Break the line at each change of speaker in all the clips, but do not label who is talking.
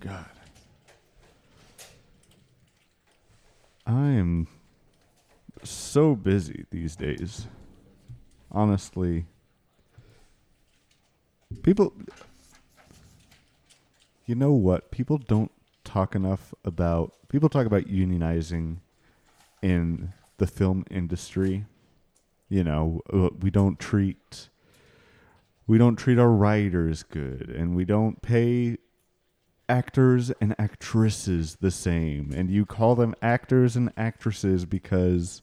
God.
I am so busy these days. Honestly, people, you know what? People don't talk enough about, people talk about unionizing in the film industry. You know, uh, we don't treat. We don't treat our writers good, and we don't pay actors and actresses the same and you call them actors and actresses because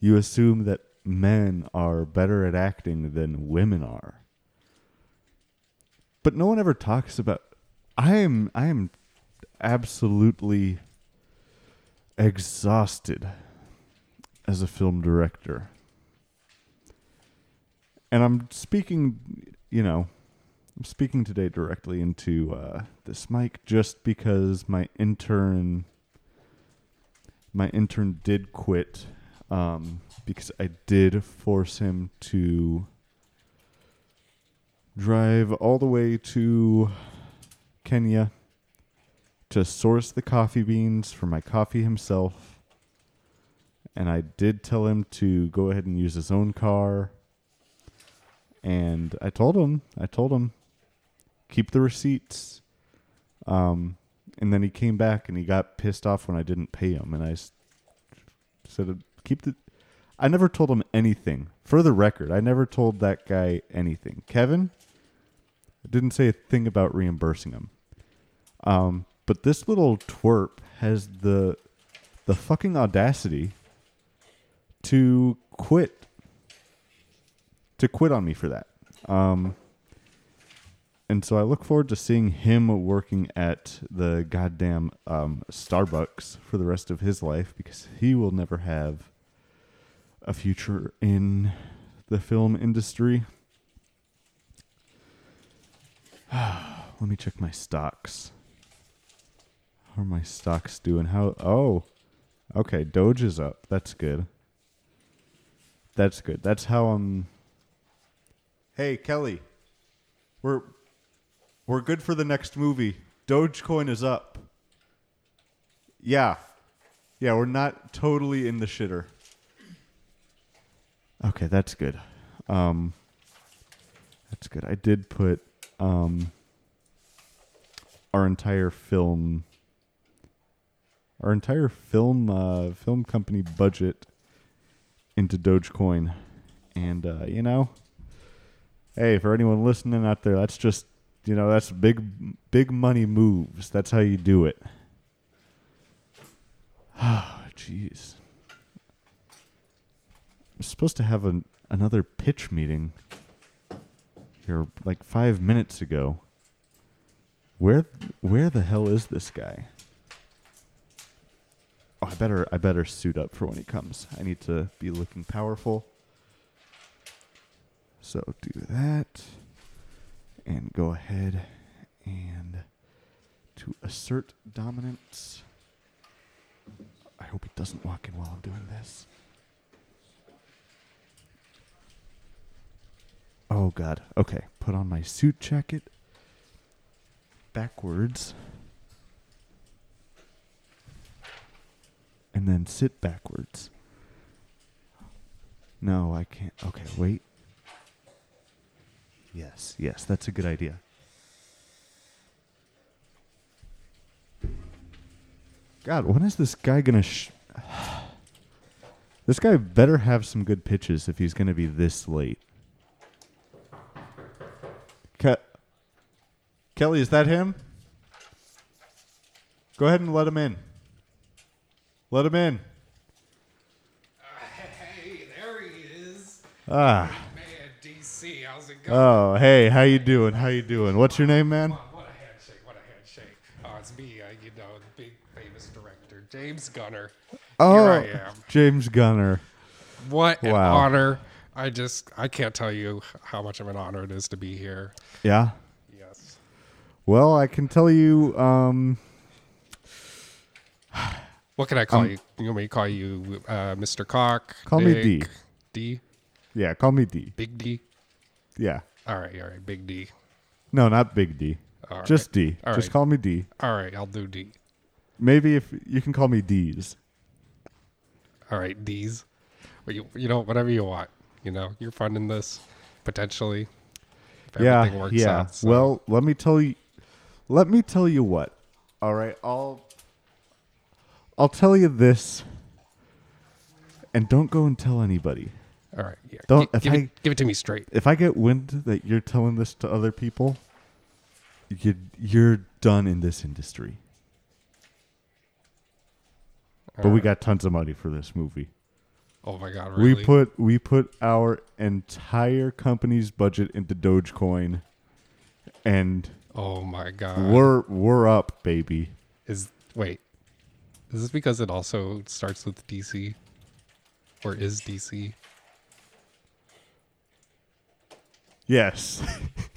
you assume that men are better at acting than women are but no one ever talks about i am i am absolutely exhausted as a film director and i'm speaking you know I'm speaking today directly into uh, this mic just because my intern, my intern did quit um, because I did force him to drive all the way to Kenya to source the coffee beans for my coffee himself. And I did tell him to go ahead and use his own car. And I told him, I told him, keep the receipts. Um, and then he came back and he got pissed off when I didn't pay him. And I s- said, uh, keep the. I never told him anything. For the record, I never told that guy anything. Kevin, I didn't say a thing about reimbursing him. Um, but this little twerp has the the fucking audacity to quit to quit on me for that. Um, and so I look forward to seeing him working at the goddamn um, Starbucks for the rest of his life because he will never have a future in the film industry. Let me check my stocks. How are my stocks doing? How? Oh, okay. Doge is up. That's good. That's good. That's how I'm. Hey, Kelly. We're we're good for the next movie. Dogecoin is up. Yeah. Yeah, we're not totally in the shitter. Okay, that's good. Um That's good. I did put um our entire film our entire film uh film company budget into Dogecoin. And uh, you know, hey, for anyone listening out there, that's just you know that's big big money moves. That's how you do it. Ah, jeez. I'm supposed to have an, another pitch meeting here like five minutes ago. Where where the hell is this guy? Oh, I better I better suit up for when he comes. I need to be looking powerful. So do that. And go ahead and to assert dominance. I hope it doesn't walk in while I'm doing this. Oh god. Okay. Put on my suit jacket. Backwards. And then sit backwards. No, I can't. Okay, wait. Yes, yes, that's a good idea. God, when is this guy gonna? Sh- this guy better have some good pitches if he's gonna be this late. Ke- Kelly, is that him? Go ahead and let him in. Let him in.
Hey, there he is.
Ah.
Man, DC, how's it
Oh, hey, how you doing? How you doing? What's your name, man?
What a handshake! What a handshake! Oh, it's me, uh, you know, the big famous director, James Gunner. Here I am.
Oh, James Gunner.
What an
Wow.
honor! I just I can't tell you how much of an honor it is to be here.
Yeah.
Yes.
Well, I can tell you, um,
What can I call you? You want me to call you uh, Mr. Cock?
Um, Call me D.
Dick, D.
yeah, call me D.
Big D.
Yeah.
All right, all right, Big D.
No, not Big D.
All right.
Just D.
All
Just
right.
call me D.
All right, I'll do D.
Maybe if you can call me D's.
All right, D's. Well, you, you know, whatever you want. You know, you're funding this potentially. If
yeah, yeah.
so-
Well, let me tell you. Let me tell you what. All right, I'll. I'll tell you this. And don't go and tell anybody.
all right. Yeah.
don't-
Gi-
if
give,
I-
it, give it to me straight.
If I get wind that you're telling this to other people, you you're done in this industry. But we got tons of money for this movie.
Oh my God, really?
We put we put our entire company's budget into Dogecoin, and
oh my God.
we're we're up, baby.
Is wait, is this because it also starts with DC, or is DC?
Yes,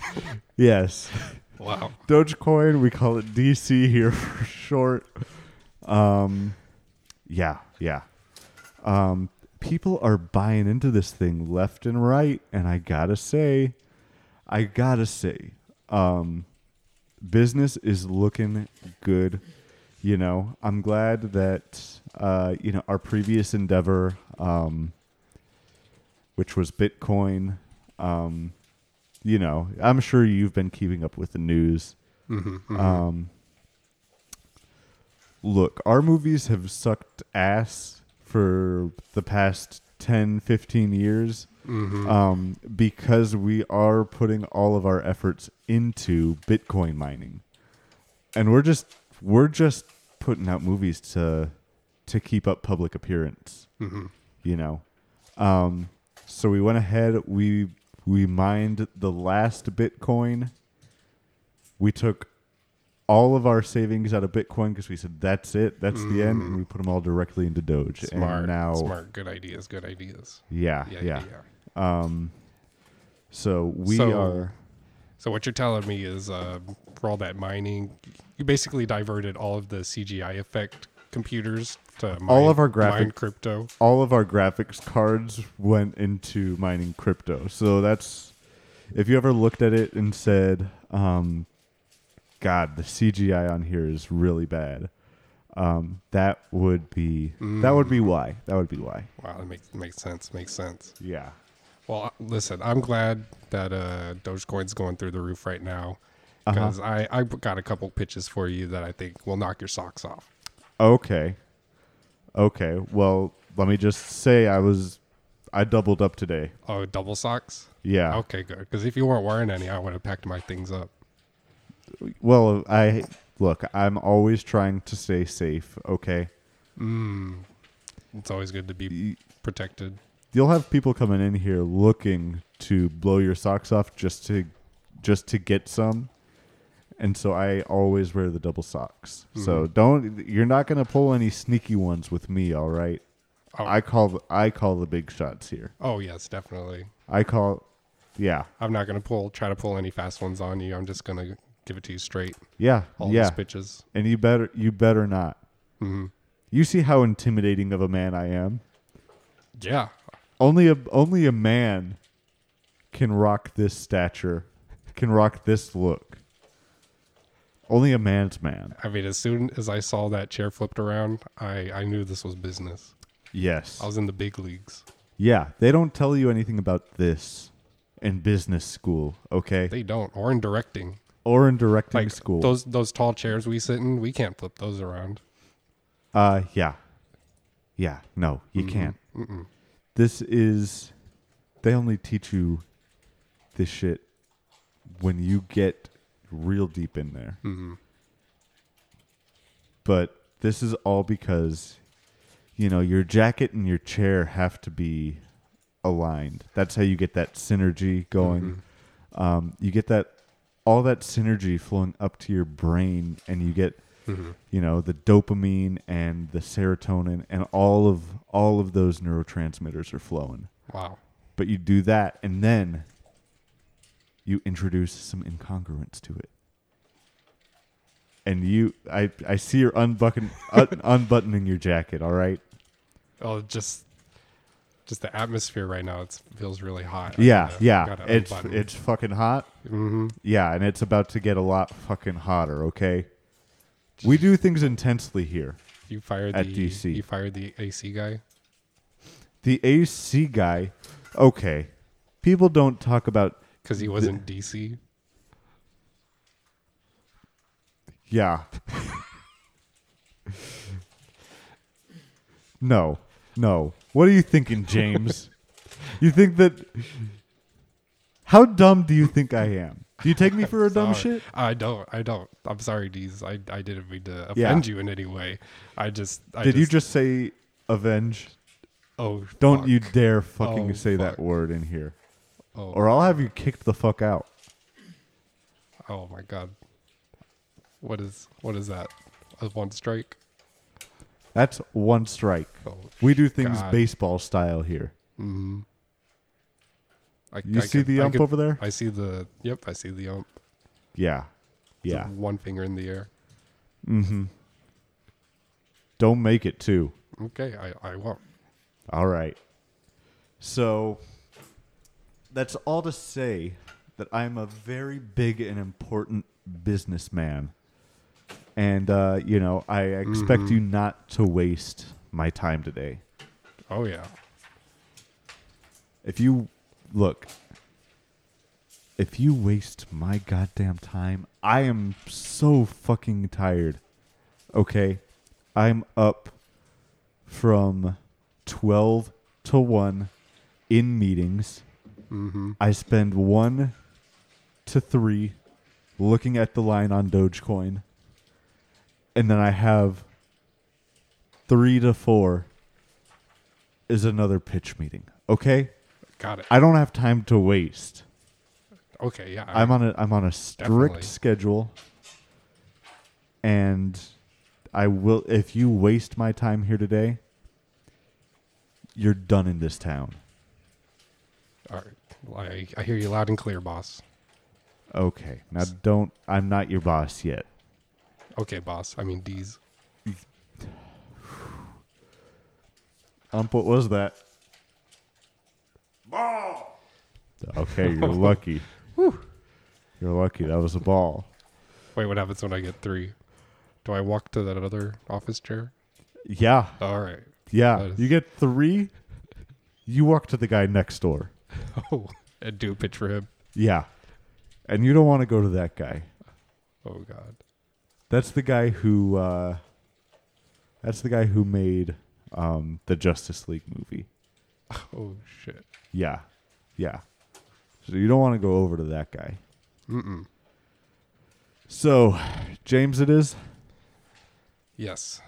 yes.
Wow.
Dogecoin, we call it DC here for short. Um, yeah, yeah. Um, people are buying into this thing left and right, and I gotta say, I gotta say, um, business is looking good. You know, I'm glad that uh, you know our previous endeavor, um, which was Bitcoin. Um, you know, I'm sure you've been keeping up with the news. Um, look, our movies have sucked ass for the past 10, 15 years
Mm-hmm.
um, because we are putting all of our efforts into Bitcoin mining. And we're just we're just putting out movies to to keep up public appearance.
Mm-hmm.
You know, um, so we went ahead. We we mined the last Bitcoin. We took all of our savings out of Bitcoin because we said that's it, that's the end, and we put them all directly into Doge.
Mm. Smart.
and now,
smart. Good ideas. Good ideas.
Yeah, yeah,
Yeah, yeah. yeah.
So we
So-
are.
So what you're telling me is, uh, for all that mining, you basically diverted all of the CGI effect computers to mine,
All of our
mine
graphic-
crypto.
all of our graphics cards went into mining crypto. So that's if you ever looked at it and said, um, "God, the CGI on here is really bad," um, that would be that would be why. That would be why.
Wow, that makes makes sense. Makes sense.
Yeah.
Well, I- listen, I'm glad that uh, Dogecoin's going through the roof right now
Uh-huh.
because I I got a couple pitches for you that I think will knock your socks off.
Okay. Okay. Well, let me just say, I was I doubled up today.
Oh, double socks.
Yeah.
Okay, good. Because if you weren't wearing any, I would have packed my things up.
Well, I look. I'm always trying to stay safe. Okay.
It's always good to be
Y-
protected.
you'll have people coming in here looking to blow your socks off just to just to get some and so i always wear the double socks so
Mm-hmm.
don't you're not going to pull any sneaky ones with me all right
Oh.
i call the, i call the big shots here
Oh yes, definitely.
i call yeah
I'm not gonna pull try to pull any fast ones on you. I'm just gonna give it to you straight.
yeah
All Mm-hmm.
yeah
these bitches.
and you better you better not you see how intimidating of a man i am
Yeah.
only a only a man can rock this stature, can rock this look. Only a man's man.
I mean, as soon as I saw that chair flipped around, I I knew this was business.
Yes.
I was in the big leagues.
Yeah, they don't tell you anything about this in business school, okay?
They don't, or in directing.
or in directing
Like
school.
those those tall chairs we sit in, we can't flip those around.
uh yeah. Yeah, no, you can't. This is they only teach you this shit when you get real deep in there. But this is all because, you know, your jacket and your chair have to be aligned. That's how you get that synergy going. um, you get that all that synergy flowing up to your brain, and you get you know the dopamine and the serotonin and all of all of those neurotransmitters are flowing.
Wow.
But you do that, and then you introduce some incongruence to it. And you, I, I see you're unbucking, un- unbuttoning your jacket. All right.
Oh, just just the atmosphere right now. It feels really hot. I
Yeah,
gotta-
yeah.
gotta
It's
unbutton. Mm-hmm.
it's fucking hot. Yeah, and it's about to get a lot fucking hotter. Okay, we do things intensely here.
you fired
at
the
DC.
You fired the AC guy.
The AC guy, okay. People don't talk about.
because he was in DC.
Yeah. no, no. What are you thinking, James? you think that? How dumb do you think I am? Do you take me for a dumb
Sorry.
shit?
I don't. I don't. I'm sorry, Deez. I, I didn't mean to offend
Yeah.
you in any way. I just. I
Did you just say avenge?
Oh,
Don't
fuck.
you dare fucking
Oh,
say that
fuck.
word in here,
Oh,
or I'll have you kicked the fuck out.
oh my god. What is what is that? A one strike.
That's one strike.
Oh,
We do things
God.
baseball style here.
I,
You see the
I
ump over there?
I see the. Yep, I see the ump.
Yeah, yeah.
One finger in the air.
Don't make it two.
Okay, I I won't.
All right. So that's all to say that I'm a very big and important businessman. And, uh, you know, I expect you not to waste my time today.
Oh yeah.
If you look, if you waste my goddamn time, I am so fucking tired. Okay? I'm up from 12 to 1 in meetings. I spend 1 to 3 looking at the line on Dogecoin. And then I have 3 to 4 is another pitch meeting. Okay?
Got it.
I don't have time to waste.
okay, yeah.
I'm on a I'm on a strict
Definitely.
schedule, and I will. If you waste my time here today, you're done in this town.
all right. I, I hear you loud and clear, boss.
Okay, now don't. I'm not your boss yet.
Okay, boss. I mean, Deez.
Ump, what was that? Ball. Okay, you're lucky. You're lucky. That was a ball.
Wait, what happens when I get three? Do I walk to that other office chair?
Yeah,
All right.
yeah.
That is-
You get three. You walk to the guy next door.
Oh, and do a pitch for him.
Yeah. And you don't want to go to that guy.
Oh God.
That's the guy who uh that's the guy who made um the Justice League movie.
Oh shit.
Yeah. Yeah. So you don't want to go over to that guy.
Mm-mm.
So, James it is.
Yes.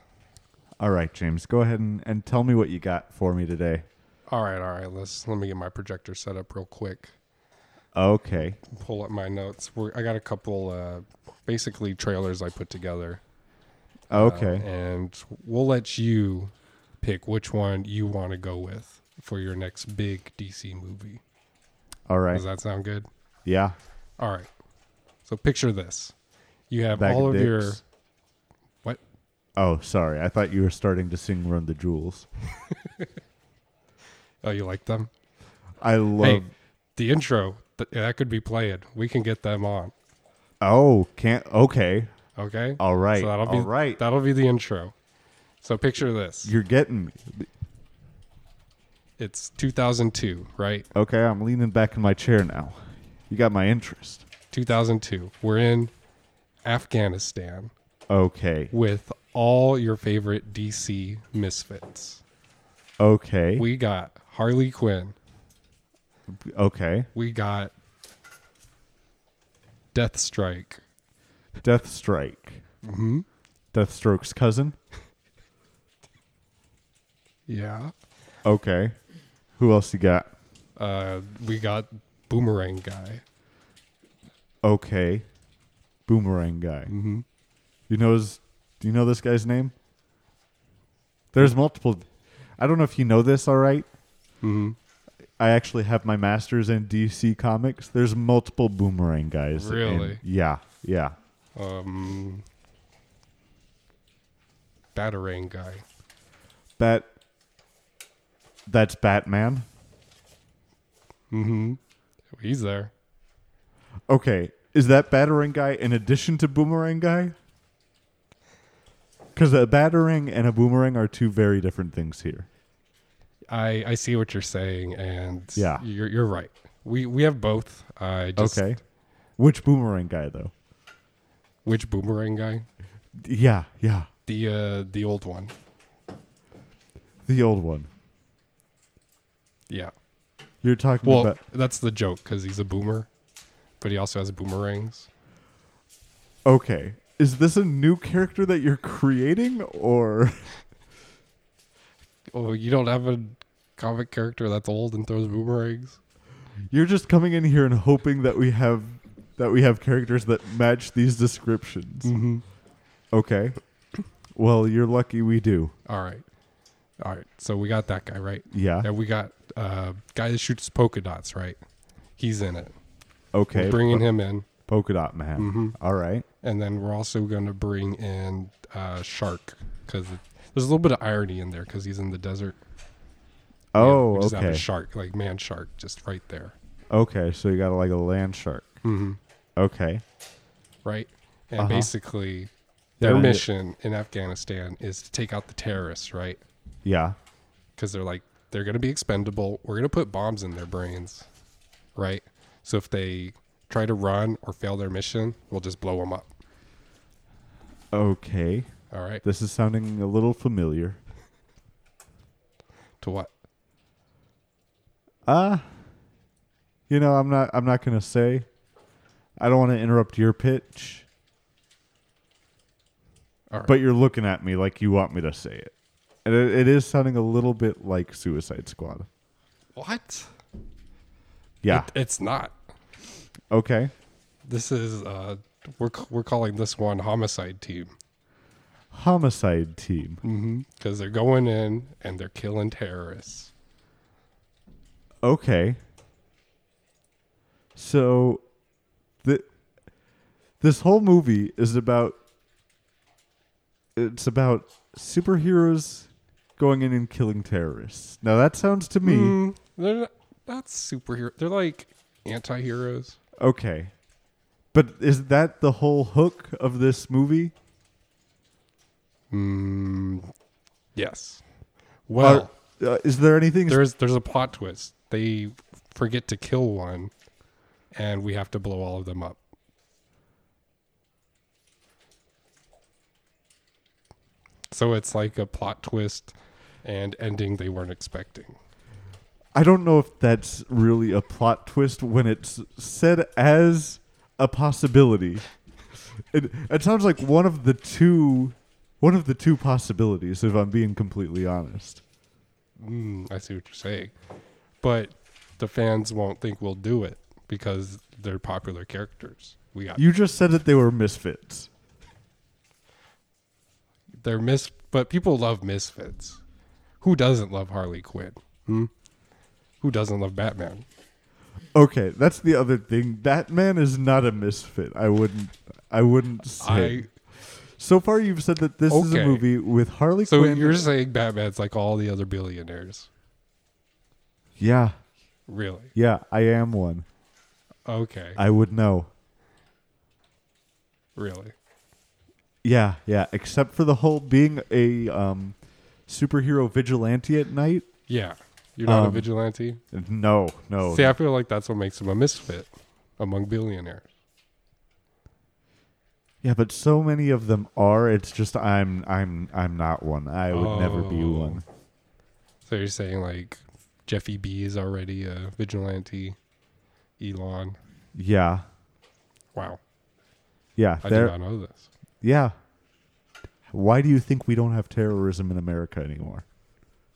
All right, James, go ahead and, and tell me what you got for me today.
All right. All right. Let's let me get my projector set up real quick.
Okay.
Pull up my notes. We're, I got a couple, uh, basically trailers I put together. uh,
Okay.
and we'll let you pick which one you want to go with for your next big DC movie.
All right.
Does Uh, that sound good?
Yeah.
All right. So picture this: you have
Bag
all of
of
your
dicks.
what?
Oh, sorry. I thought you were starting to sing Run the Jewels.
Oh, you like them?
I love
Hey, the intro th- that could be played. We can get them on.
Oh, can't okay.
Okay.
All right.
So that'll be
All right.
That'll be the intro. So picture this.
You're getting me.
It's 2002, right?
Okay, I'm leaning back in my chair now. You got my interest.
2002. We're in Afghanistan
Okay.
with all your favorite DC misfits.
Okay.
We got Harley Quinn.
okay.
We got Death Strike.
Deathstrike. Mm-hmm. Deathstroke's cousin.
Yeah.
Okay. Who else you got?
Uh, we got Boomerang Guy.
okay boomerang guy. Mm-hmm. You know his, Do you know this guy's name? There's multiple. I don't know if you know this. All right. I actually have my master's in DC comics. There's multiple boomerang guys. in-
Really?
yeah. Yeah.
Um, Batarang guy.
Bat. That's Batman.
He's there.
Okay, is that battering guy in addition to boomerang guy? Because a battering and a boomerang are two very different things here.
I I see what you're saying, and
Yeah.
you're you're right. We we have both. I just
okay, which boomerang guy though?
Which boomerang guy?
D- Yeah, yeah,
The uh the old one.
the old one.
Yeah.
You're talking
Well,
about.
that's the joke because he's a boomer, but he also has boomerangs.
Okay, is this a new character that you're creating, or
Oh, you don't have a comic character that's old and throws boomerangs.
you're just coming in here and hoping that we have that we have characters that match these descriptions?
Mhm.
Okay. Well, you're lucky we do.
All right, all right. So we got that guy right.
Yeah.
And we got uh guy that shoots polka dots. Right. He's in it.
Okay.
We're bringing
but-
him Mm-hmm. in,
Polka dot man. All right.
and then we're also going to bring in uh Shark because there's a little bit of irony in there because he's in the desert. Yeah,
Oh,
we just Have
okay.
a shark, like man shark, just right there.
okay, so you got like a land shark.
Mhm.
Okay.
right? And
Uh-huh.
basically, their
Yeah.
mission in Afghanistan is to take out the terrorists, right?
Yeah.
Because they're like, they're going to be expendable. We're going to put bombs in their brains, right? So if they try to run or fail their mission, we'll just blow them up.
Okay.
All right.
This is sounding a little familiar.
to what?
Uh you know, I'm not I'm not gonna say. I don't want to interrupt your pitch,
All right.
but you're looking at me like you want me to say it. And it, it is sounding a little bit like Suicide Squad.
what?
Yeah.
It- it's not.
okay.
This is, uh, we're, c- we're calling this one homicide team
Homicide team.
because they're going in and they're killing terrorists.
Okay. So, the this whole movie is about it's about superheroes going in and killing terrorists. Now that sounds to me
Mm, they're not, not superhero. They're like anti heroes.
okay, but is that the whole hook of this movie?
Mm, yes. Well,
Are- uh, is there anything?
there's there's a plot twist. They forget to kill one, and we have to blow all of them up. So it's like a plot twist and ending they weren't expecting.
I don't know if that's really a plot twist when it's said as a possibility. It, it sounds like one of the two, one of the two possibilities. If I'm being completely honest,
Mm, I see what you're saying, but the fans won't think we'll do it because they're popular characters. We got
you just said that they were misfits.
They're mis, but people love misfits. Who doesn't love Harley Quinn? Hmm? Who doesn't love Batman?
Okay, that's the other thing. Batman is not a misfit. I wouldn't. I wouldn't say.
I
so far, you've said that this is a
Okay.
movie with Harley
so
Quinn.
you're saying Batman's like all the other billionaires,
yeah,
really?
yeah, I am one.
Okay,
I would know.
really?
Yeah, yeah. Except for the whole being a um, superhero vigilante at night.
Yeah, you're not a
Um,
vigilante.
No, no.
See, I feel like that's what makes him a misfit among billionaires.
yeah, but so many of them are. It's just I'm I'm I'm not one. I would never be
Oh.
one.
So you're saying like Jeffy B is already a vigilante, Elon.
Yeah,
Wow,
yeah.
I
there-
did not know this.
yeah. Why do you think we don't have terrorism in America anymore?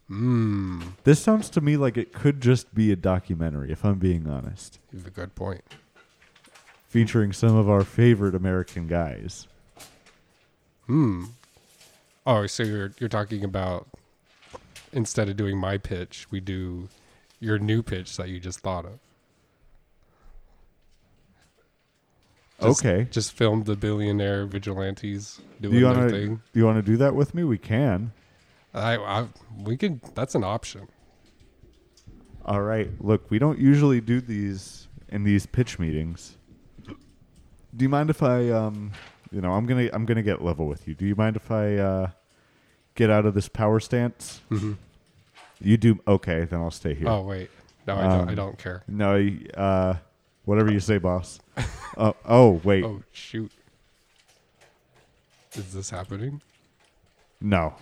Mmm,
This sounds to me like it could just be a documentary. If I'm being honest,
you have a good point.
If featuring some of our favorite American guys.
Oh, so you're you're talking about instead of doing my pitch, we do your new pitch that you just thought of. Just-
okay.
Just film the billionaire vigilantes doing
Do you
their
want to
thing.
do you want to do that with me? We can.
I, I we could that's an option.
All right. Look, we don't usually do these in these pitch meetings. Do you mind if I um you know, I'm going to I'm going to get level with you. Do you mind if I uh get out of this power stance? You do okay, then I'll stay here.
Mm-hmm. Oh wait. No, I don't I
Um,
don't care.
No, y- uh whatever you say, boss. uh, oh, wait.
Oh shoot. Is this happening?
No.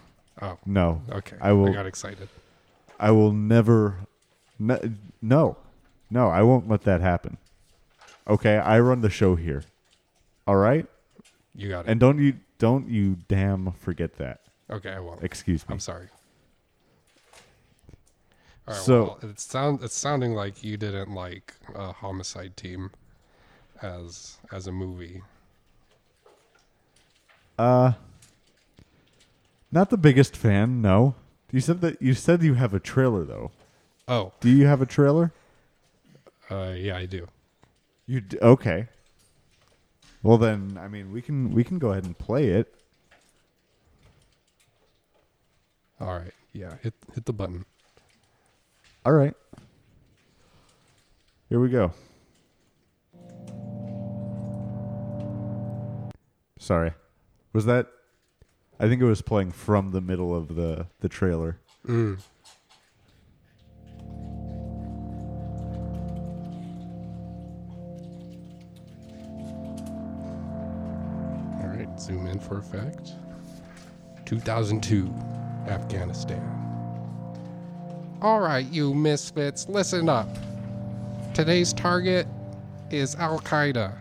Oh.
No.
Okay.
I will
I got excited.
I will never. n- No, no, I won't let that happen. Okay, I run the show here. All right,
You got it.
and don't you don't you damn forget that.
okay, I won't.
Excuse me.
I'm sorry. All right,
So-
well, it sound it's sounding like you didn't like uh, Homicide Team as as a movie.
Not the biggest fan. No, you said that you said you have a trailer though.
Oh,
Do you have a trailer?
uh, yeah, I do.
You d- okay? Well then, I mean, we can we can go ahead and play it.
All right, yeah, hit hit the button.
All right. Here we go. Sorry. Was that I think it was playing from the middle of the the trailer.
All right, zoom in for effect. 2002, Afghanistan. All right, you misfits, listen up. Today's target is Al Qaeda.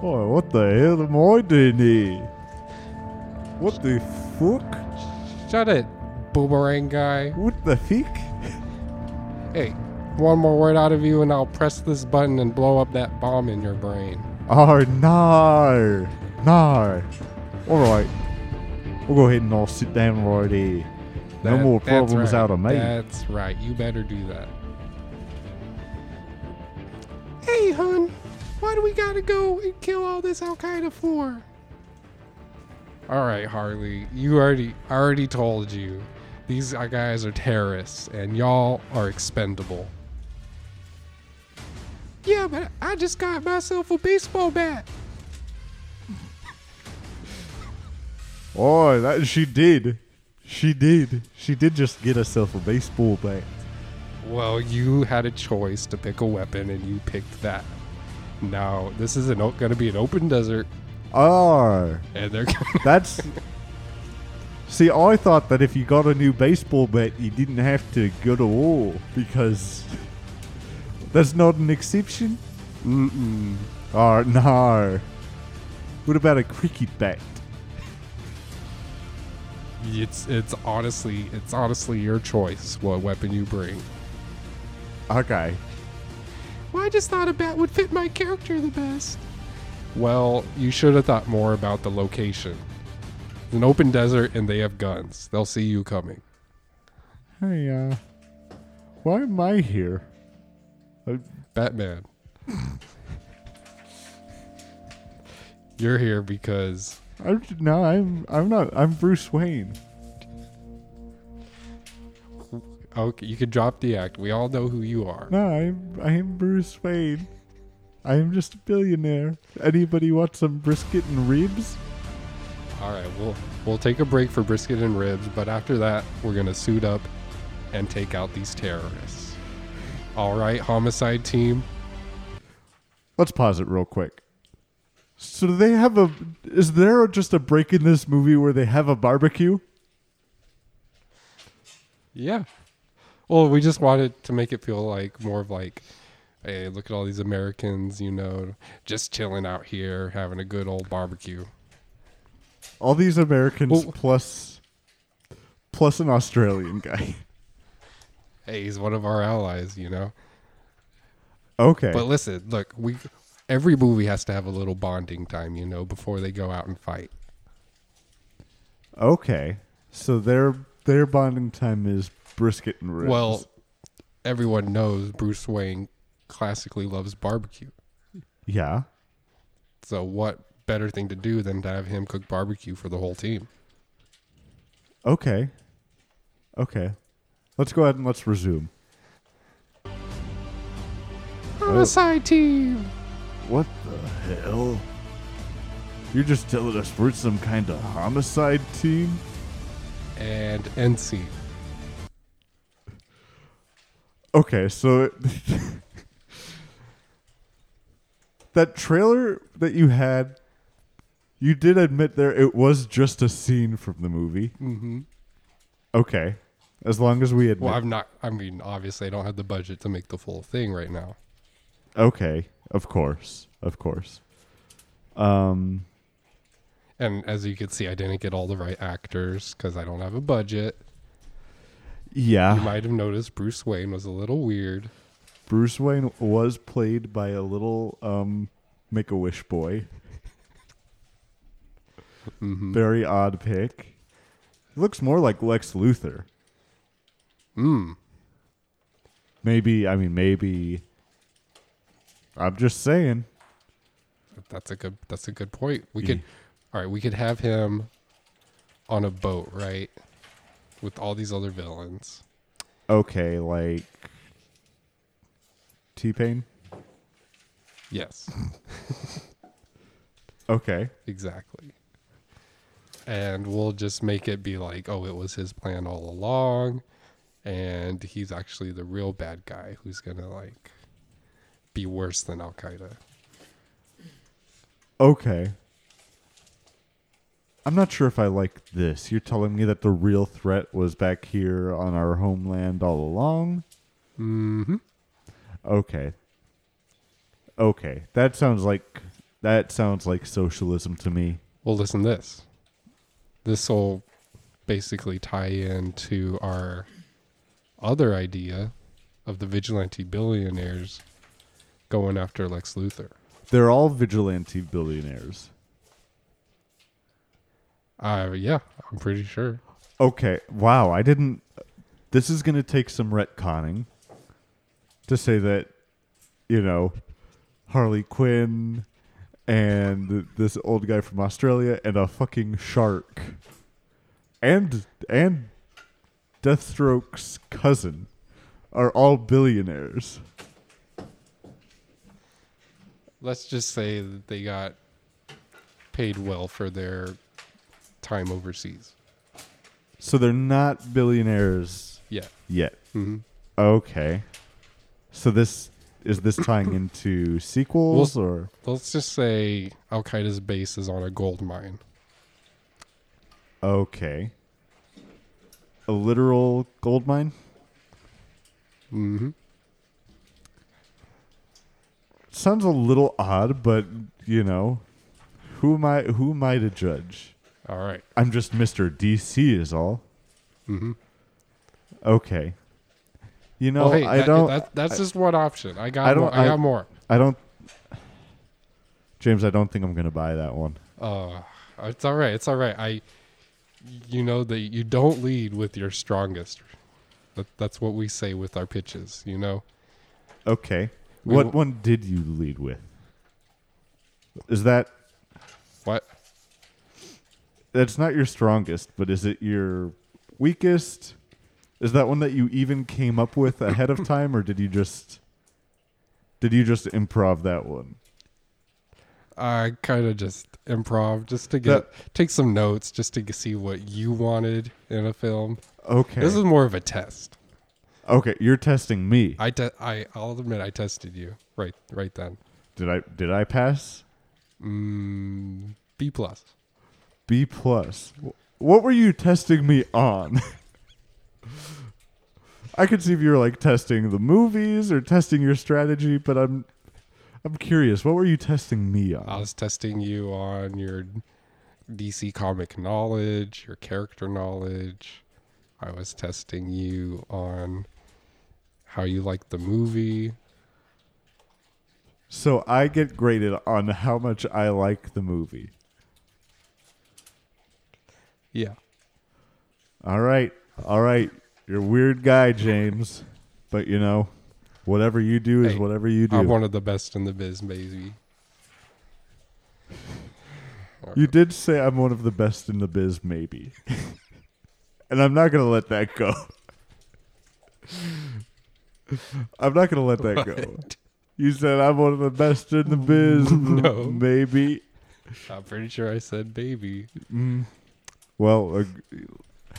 Boy, what the hell am I doing here? What the fuck?
Shut it, boomerang guy.
What the fuck?
Hey, one more word out of you, and I'll press this button and blow up that bomb in your brain.
Oh no. No. Alright. We'll go ahead and I'll sit down right here. No
That-
more
that's
problems
right,
out of me.
That's right. You better do that. Hey, hun, why do we gotta go and kill all this Al Qaeda for? All right, Harley, you already I already told you, these uh, guys are terrorists, and y'all are expendable. Yeah, but I just got myself a baseball bat.
Oh, that she did. She did. She did just get herself a baseball bat.
Well, you had a choice to pick a weapon, and you picked that. Now, this is an o- going to be an open desert,
Oh,
and they're gonna,
that's. See, I thought that if you got a new baseball bat, you didn't have to go to war because that's not an exception. Mm-mm. Oh no. What about a cricket bat?
it's it's honestly it's honestly your choice what weapon you bring.
Okay.
Well, I just thought a bat would fit my character the best. Well, you should have thought more about the location. It's an open desert, and they have guns. They'll see you coming.
Hey, uh, why am I here? Uh,
Batman. You're here because
I'm no, I'm I'm not. I'm Bruce Wayne.
okay, you could drop the act. We all know who you are.
No, I'm I'm Bruce Wayne. I am just a billionaire. Anybody want some brisket and ribs?
All right, we'll we'll take a break for brisket and ribs, but after that, we're gonna suit up and take out these terrorists. All right, homicide team.
Let's pause it real quick. So do they have a is there just a break in this movie where they have a barbecue?
Yeah. Well, we just wanted to make it feel like more of like, hey, look at all these Americans, you know, just chilling out here, having a good old barbecue.
All these Americans
Well-
plus plus an Australian guy.
Hey, he's one of our allies, you know.
Okay.
But listen, look, we every movie has to have a little bonding time, you know, before they go out and fight.
okay. So their their bonding time is brisket and ribs.
Well, everyone knows Bruce Wayne classically loves barbecue.
yeah.
So what better thing to do than to have him cook barbecue for the whole team?
Okay. Okay. Let's go ahead and let's resume.
Homicide team.
What the hell? You're just telling us we're some kind of homicide team?
And NC.
Okay, so that trailer that you had, you did admit there it was just a scene from the movie. Mm-hmm. Okay, as long as we admit.
Well, I'm not I mean, obviously I don't have the budget to make the full thing right now.
okay, of course, of course. Um,
And as you can see, I didn't get all the right actors cuz I don't have a budget.
yeah.
You might have noticed Bruce Wayne was a little weird.
Bruce Wayne was played by a little um, Make a Wish boy. Very odd pick. He looks more like Lex Luthor.
Mm.
Maybe I mean maybe. I'm just saying.
That's a good. That's a good point. We could, all right. We could have him on a boat, right, with all these other villains.
Okay, like T Pain.
Yes,
Okay,
exactly. And we'll just make it be like, oh, it was his plan all along, and he's actually the real bad guy who's gonna like be worse than Al Qaeda.
okay. I'm not sure if I like this. You're telling me that the real threat was back here on our homeland all along.
Mm-hmm.
Okay. Okay. That sounds like that sounds like socialism to me.
Well, listen this. This will basically tie into our other idea of the vigilante billionaires going after Lex Luthor.
They're all vigilante billionaires.
Uh, yeah, I'm pretty sure.
Okay. Wow, I didn't this is going to take some retconning to say that you know Harley Quinn and this old guy from Australia and a fucking shark and and Deathstroke's cousin are all billionaires.
Let's just say that they got paid well for their time overseas.
So they're not billionaires
Yeah.
yet.
hmm
Okay. So this is this tying into sequels or
Let's just say Al Qaeda's base is on a gold mine.
okay. A literal gold mine?
Mm-hmm.
Sounds a little odd, but you know, who am I who am I to judge?
All right.
I'm just Mr. DC is all.
Mm-hmm.
Okay. You know,
well, hey,
I
that-
don't
that- that's just one option. I got.
I don't-
more, I
I-
got more.
I don't James, I don't think I'm going to buy that one.
Uh, it's all right. It's all right. I, you know that you don't lead with your strongest. That, that's what we say with our pitches. You know,
Okay.
We
what
will-
one did you lead with? Is that
what?
that's not your strongest, but is it your weakest? Is that one that you even came up with ahead of time or did you just did you just improv that one?
I kind of just improv just to get take some notes, just to g- see what you wanted in a film.
Okay.
This is more of a test.
okay, you're testing me.
I te- I I'll admit I tested you right right then.
did I did I pass?
Mm, B plus.
B plus. Wh- What were you testing me on? I could see if you were like testing the movies or testing your strategy, but I'm I'm curious, what were you testing me on?
I was testing you on your DC comic knowledge, your character knowledge. I was testing you on how you like the movie.
So I get graded on how much I like the movie.
Yeah.
All right. All right. You're a weird guy, James. But you know, whatever you do is
Hey,
whatever you do.
I'm one of the best in the biz, baby.
You did say I'm one of the best in the biz, maybe. and I'm not going to let that go. I'm not going to let that go. You said I'm one of the best in the biz,
No.
maybe.
I'm pretty sure I said baby.
Well, uh,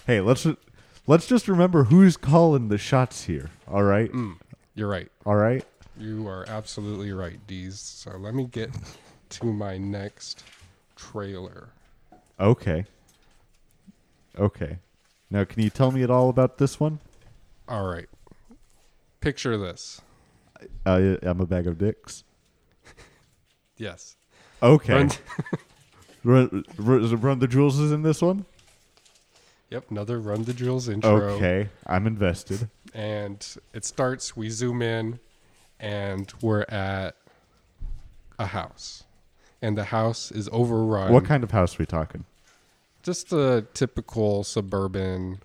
hey, let's let's just remember who's calling the shots here. All right?
You're right.
All right.
You are absolutely right, Deez. So let me get to my next trailer.
Okay. Okay. Now, can you tell me at all about this one?
All right. Picture this.
Uh, I'm a bag of dicks.
Yes.
Okay.
Run-
Run, run, run the Jewels is in this one?
yep, another Run the Drills intro.
Okay. I'm invested.
And it starts, we zoom in, and we're at a house. And the house is overrun.
what kind of house we talking?
Just a typical suburban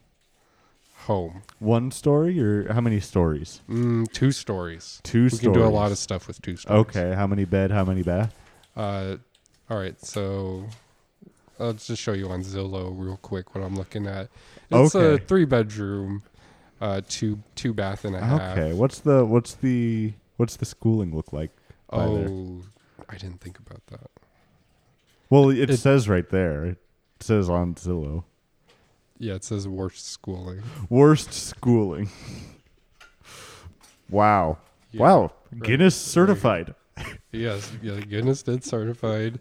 home.
One story or how many stories?
Mm, two stories.
Two
we can do a
stories.
lot of stuff with two stories.
Okay. How many bed? How many bath?
Uh, all right, so I'll just show you on Zillow real quick what I'm looking at. It's a
Okay.
three bedroom, uh, two two bath and a half.
Okay. What's the what's the what's the schooling look like? by there?
Oh, I didn't think about that.
Well, it,
It-
says right there. It says on Zillow.
Yeah, it says worst schooling.
Worst schooling. wow.
Yeah,
wow.
right,
Guinness certified.
Yes, yeah, Guinness did certified.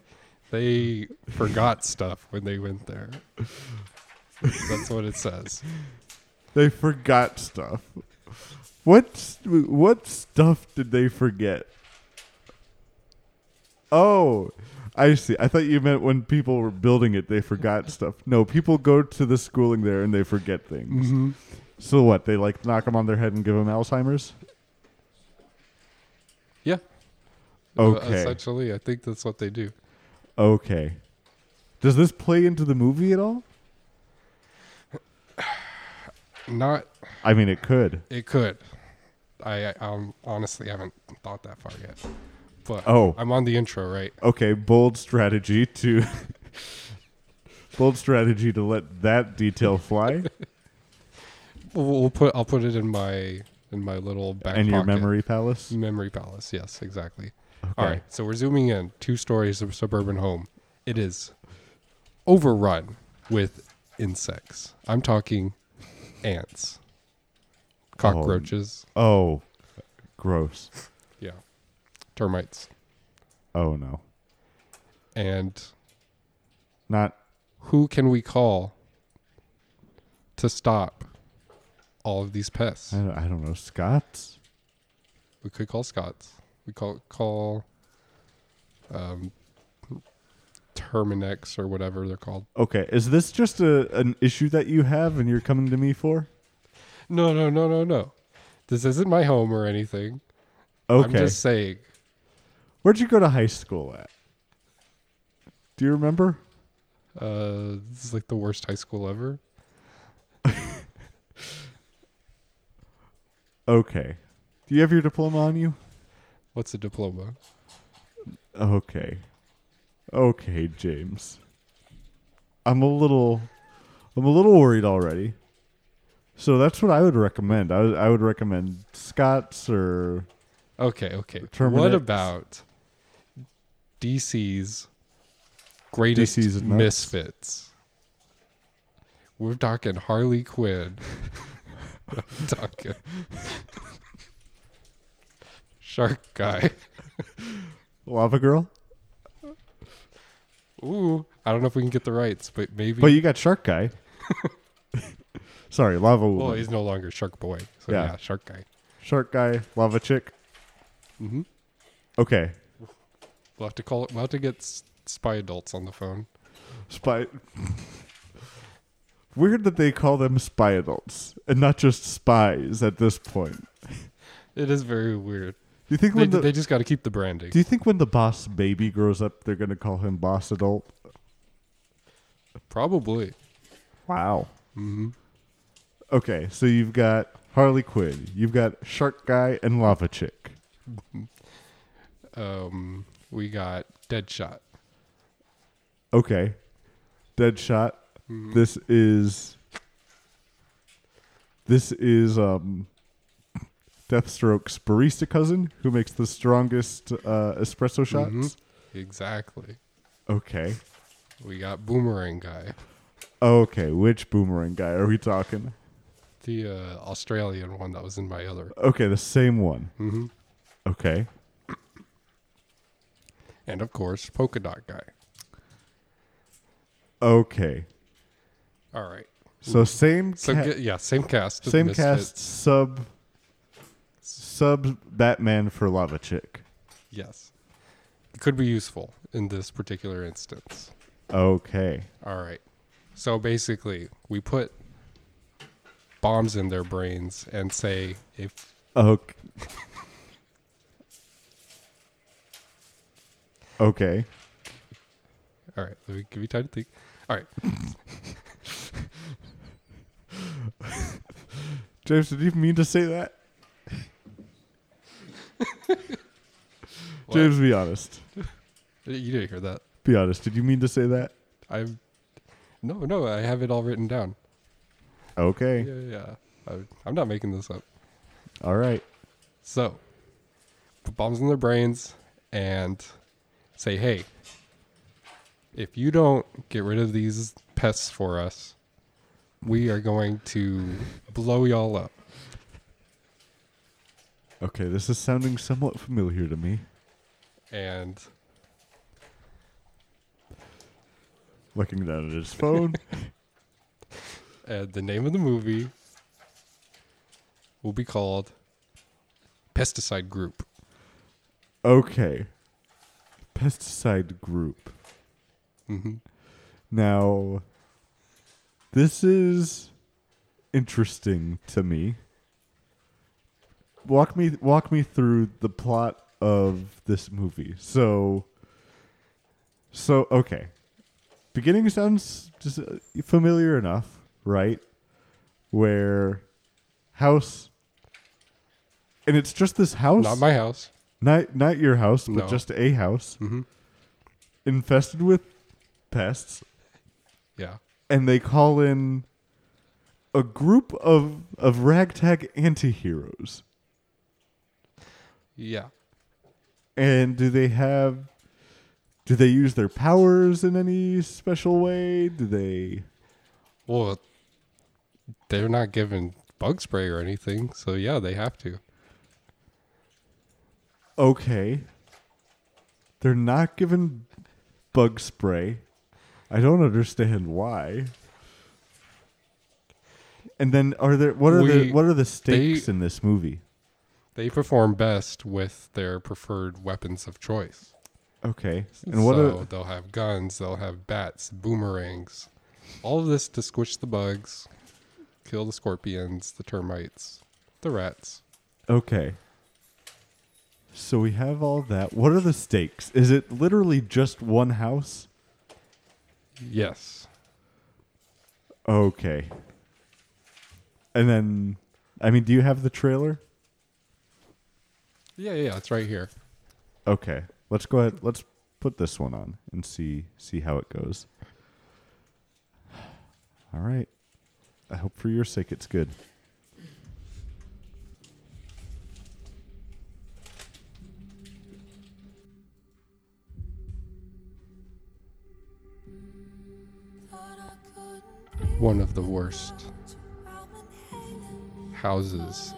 They forgot stuff when they went there. That's what it says.
They forgot stuff. What s- what stuff did they forget? Oh, I see. I thought you meant when people were building it, they forgot stuff. No, people go to the schooling there and they forget things. So what? They like knock them on their head and give them Alzheimer's.
Yeah. Uh,
Okay.
essentially, I think that's what they do.
Okay. Does this play into the movie at all?
Not
I mean, it could.
It could. I, I um, honestly haven't thought that far yet. But
Oh.
I'm on the intro, right?
Okay, bold strategy to bold strategy to let that detail fly
We'll, we'll put I'll put it in my in my little back
and your
pocket.
memory palace.
memory palace. Yes, exactly. All
Okay.
right. So we're zooming in. Two stories of suburban home. It is overrun with insects. I'm talking ants, cockroaches,
Oh, gross.
yeah, termites,
Oh no.
and
Not
who can we call to stop all of these pests?
I don't, I don't know, Scots.
We could call Scott's. We call call um, Terminex or whatever they're called.
Okay, is this just a an issue that you have and you're coming to me for?
No, no, no, no, no. This isn't my home or anything. I'm
Okay.
just saying.
Where'd you go to high school at? Do you remember?
Uh, this is like the worst high school ever.
Okay. Do you have your diploma on you?
What's a diploma?
Okay. Okay, James. I'm a little I'm a little worried already. So that's what I would recommend. I would, I would recommend Scott's or
Okay, okay. What
Terminex.
about DC's greatest
DC's nuts.
misfits? We're talking Harley Quinn. I'm talking Shark Guy.
Lava Girl.
Ooh, I don't know if we can get the rights, but maybe.
But you got Shark Guy. Sorry, Lava
well,
Woman.
Oh, he's no longer Shark Boy, so yeah,
Yeah.
Shark Guy.
Shark Guy, Lava Chick.
Mhm.
Okay.
We'll have to call it. We'll have to get s- spy adults on the phone.
Spy. Weird that they call them spy adults and not just spies at this point.
It is very weird.
Do you think
They,
when the
they just got to keep the branding.
Do you think when the boss baby grows up, they're gonna call him boss adult?
Probably.
Wow. Mm-hmm. Okay, so you've got Harley Quinn, you've got Shark Guy, and Lava Chick.
Um, we got Deadshot.
Okay, Deadshot. This is this is um, Deathstroke's barista cousin who makes the strongest uh, espresso shots.
Exactly.
Okay,
We got Boomerang guy,
okay, which boomerang guy are we talking?
the uh, Australian one that was in my other,
Okay, the same one. Mm-hmm. Okay,
and of course Polka Dot guy.
okay.
All right.
So same
So
ca-
ge- yeah, same cast. of
same
Misfits.
cast sub sub Batman for Lava Chick.
Yes. It could be useful in this particular instance.
Okay.
All right. So basically, we put bombs in their brains and say if
Okay. okay.
All right, let me give you time to think. All right,
James, did you mean to say that? James, be honest.
you didn't hear that.
Be honest. Did you mean to say that?
I no, no, I have it all written down.
Okay.
Yeah, yeah. I, I'm not making this up.
All right.
So, put bombs in their brains and say, hey, if you don't get rid of these pests for us, we are going to blow y'all up.
Okay, this is sounding somewhat familiar to me.
And
Looking down at his phone.
uh, the name of the movie will be called Pesticide Group.
Okay. Pesticide group.
Mhm.
Now, this is interesting to me. Walk me walk me through the plot of this movie. So so okay. Beginning sounds just uh, familiar enough, right? Where house and it's just this house
Not my house.
not not your house, but
No.
just a house
Mhm.
infested with pests,
Yeah.
and they call in a group of of ragtag antiheroes.
Yeah.
And do they have? Do they use their powers in any special way? Do they?
Well, they're not given bug spray or anything, so yeah, they have to.
Okay. They're not given bug spray. I don't understand why. And then are there what are
We-
the what are the stakes
they-
in this movie?
They perform best with their preferred weapons of choice.
Okay. And what
so
are
they'll have guns, they'll have bats, boomerangs, all of this to squish the bugs, kill the scorpions, the termites, the rats.
Okay. So we have all that. What are the stakes? Is it literally just one house?
Yes.
Okay. And then I mean, do you have the trailer?
Yeah, yeah, it's right here.
Okay, let's go ahead. Let's put this one on and see see how it goes. All right. I hope for your sake it's good.
One of the worst houses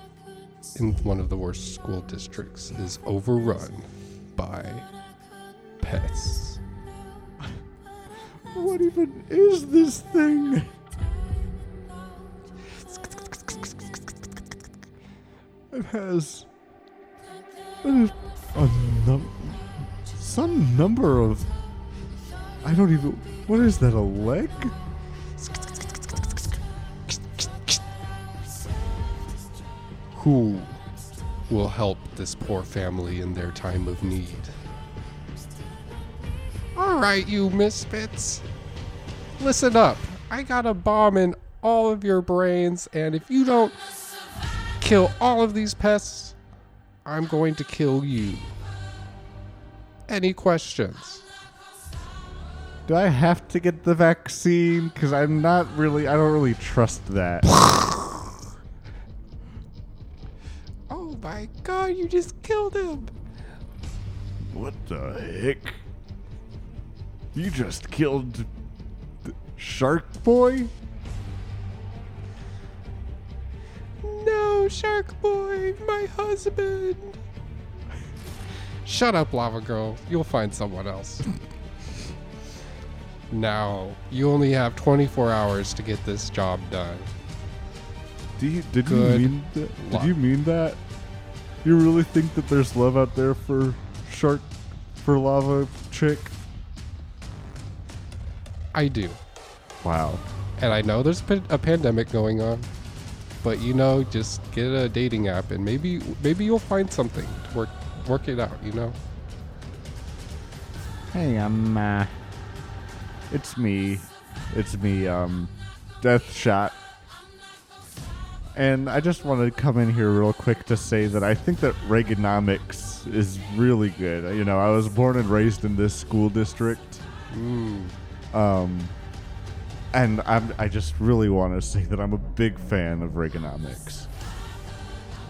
in one of the worst school districts is overrun by pests.
What even is this thing? It has it is a num- some number of I don't even what is that a leg? Who
will help this poor family in their time of need. All right, you misfits. Listen up. I got a bomb in all of your brains, and if you don't kill all of these pests, I'm going to kill you. Any questions?
Do I have to get the vaccine? Because I'm not really, I don't really trust that.
Oh my god, you just killed him!
What the heck?
you just killed th- Shark Boy?
No, Shark Boy, my husband. Shut up, Lava Girl. You'll find someone else. now, you only have 24 hours to get this job done.
Do you, did
Good
you mean that?
luck.
Did you mean that? You really think that there's love out there for Shark, for Lava Chick?
I do.
Wow.
And I know there's pa- a pandemic going on, but you know, just get a dating app and maybe maybe you'll find something to work work it out, you know?
Hey, um, uh, it's me. It's me, um, Death Shot. And I just want to come in here real quick to say that I think that Reaganomics is really good. You know, I was born and raised in this school district. Um, and I'm, I just really want to say that I'm a big fan of Reaganomics.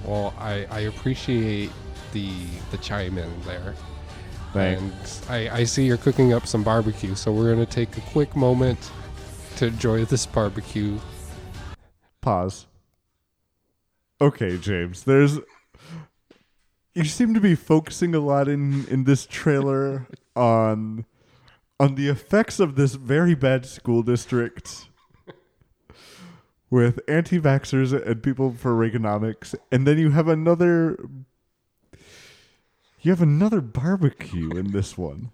Well, I, I appreciate the the chime in there. And I, I see you're cooking up some barbecue, so we're going to take a quick moment to enjoy this barbecue.
Pause. Okay, James, there's you seem to be focusing a lot in in this trailer on on the effects of this very bad school district with anti-vaxxers and people for Reaganomics and then you have another you have another barbecue in this one.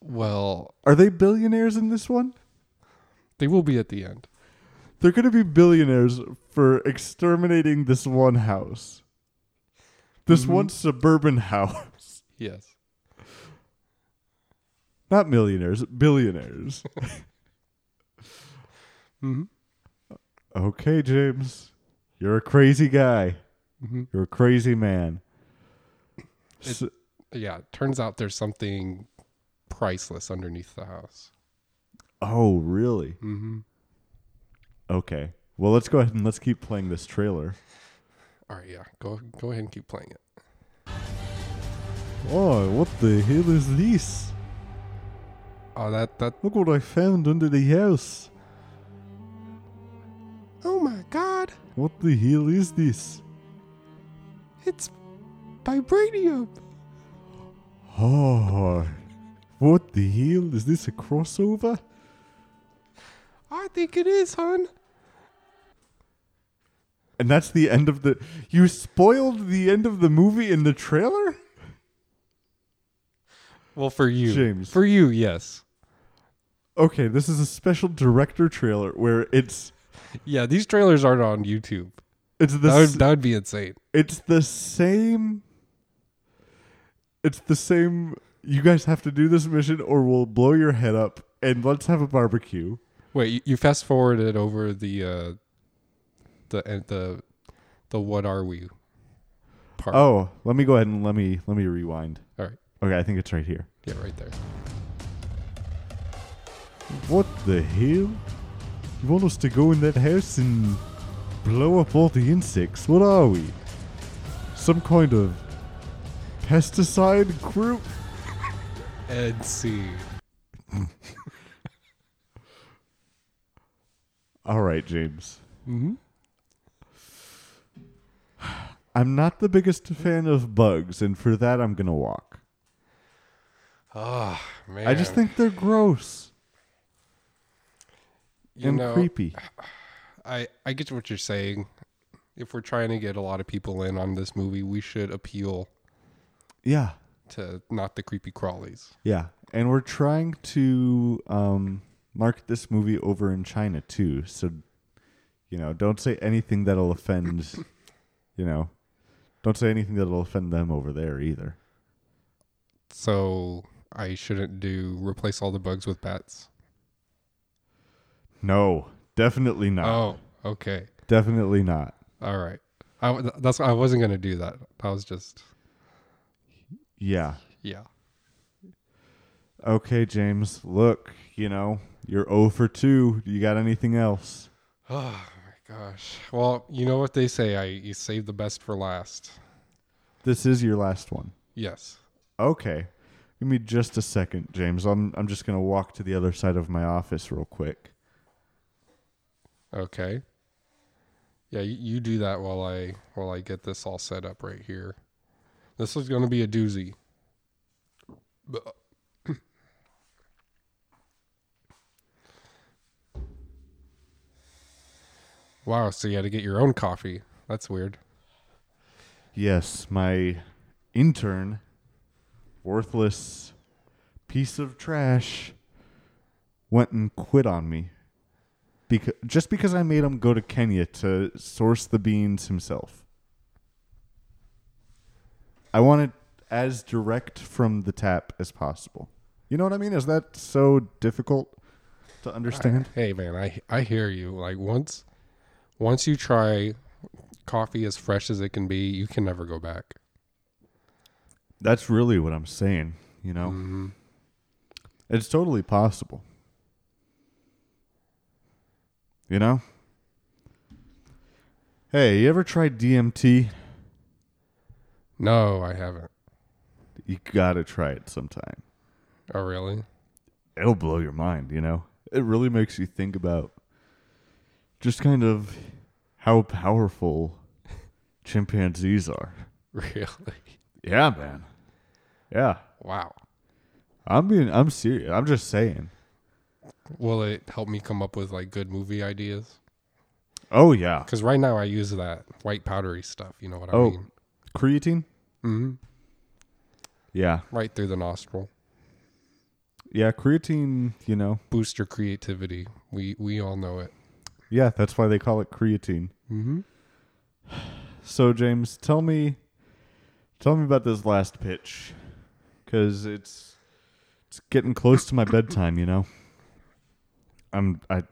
Well,
Are they billionaires in this one?
they will be at the end.
They're going to be billionaires for exterminating this one house. This one suburban house.
Yes.
Not millionaires, billionaires. Mm-hmm.
Mhm.
Okay, James. You're a crazy guy.
Mhm.
You're a crazy man.
It-
So-
Yeah, turns out there's something priceless underneath the house.
oh, really?
Mhm.
Okay. Well, let's go ahead and let's keep playing this trailer.
All right, yeah. Go go ahead and keep playing it.
Oh, what the hell is this?
Oh, that that
Look what I found under the house.
Oh my god.
What the hell is this?
It's vibranium.
Oh, what the hell? Is this a crossover?
I think it is, hon.
And that's the end of the. You spoiled the end of the movie in the trailer?
Well, for you.
James.
For you, yes.
Okay, this is a special director trailer where it's.
Yeah, these trailers aren't on YouTube.
It's the
That would,
s-
that would be insane.
it's the same it's the same you guys have to do this mission or we'll blow your head up and let's have a barbecue.
Wait, you, you fast forwarded over the uh the and the the what are we part.
Oh, let me go ahead and let me let me rewind.
All right.
Okay, I think it's right here.
Yeah, right there.
What the hell? You want us to go in that house and blow up all the insects? What are we? Some kind of pesticide group?
And see.
All right, James.
Mm-hmm.
I'm not the biggest fan of bugs, and for that, I'm gonna walk.
Oh, man.
I just think they're gross
you
and
know,
creepy.
I I get what you're saying. If we're trying to get a lot of people in on this movie, we should appeal
Yeah,
to not the creepy crawlies.
yeah. And we're trying to um, market this movie over in China too, so you know, don't say anything that'll offend you know, don't say anything that'll offend them over there either.
So I shouldn't do replace all the bugs with bats.
No, definitely not.
Oh, okay.
Definitely not.
All right. I w- th- that's I wasn't gonna do that. I was just
Yeah.
yeah.
Okay, James, look, you know, you're 0 for 2. You got anything else?
Oh my gosh. Well, you know what they say. I you save the best for last.
This is your last one.
Yes.
Okay. Give me just a second, James. I'm I'm just going to walk to the other side of my office real quick.
Okay. Yeah, you, you do that while I while I get this all set up right here. This is gonna be a doozy. Bu- Wow, so you had to get your own coffee. That's weird.
Yes, my intern, worthless piece of trash, went and quit on me. Because, just because I made him go to Kenya to source the beans himself. I want it as direct from the tap as possible. You know what I mean? Is that so difficult to understand?
Hey man, I I hear you. Like once once you try coffee as fresh as it can be, you can never go back.
That's really what I'm saying, you know? It's totally possible. You know? Hey, you ever tried DMT?
No, I haven't.
You gotta try it sometime.
Oh really?
It'll blow your mind, you know? It really makes you think about just kind of how powerful chimpanzees are.
Really?
Yeah, man. Yeah.
Wow.
I'm being I'm serious. I'm just saying.
Will it help me come up with like good movie ideas?
Oh yeah.
Because right now I use that white powdery stuff. You know what I
Oh.
mean?
Creatine?
hmm
Yeah.
Right through the nostril.
Yeah, creatine, you know.
Boost your creativity. We we all know it.
Yeah, that's why they call it creatine.
Mm-hmm.
So James, tell me tell me about this last pitch cuz it's it's getting close to my bedtime, you know. I'm I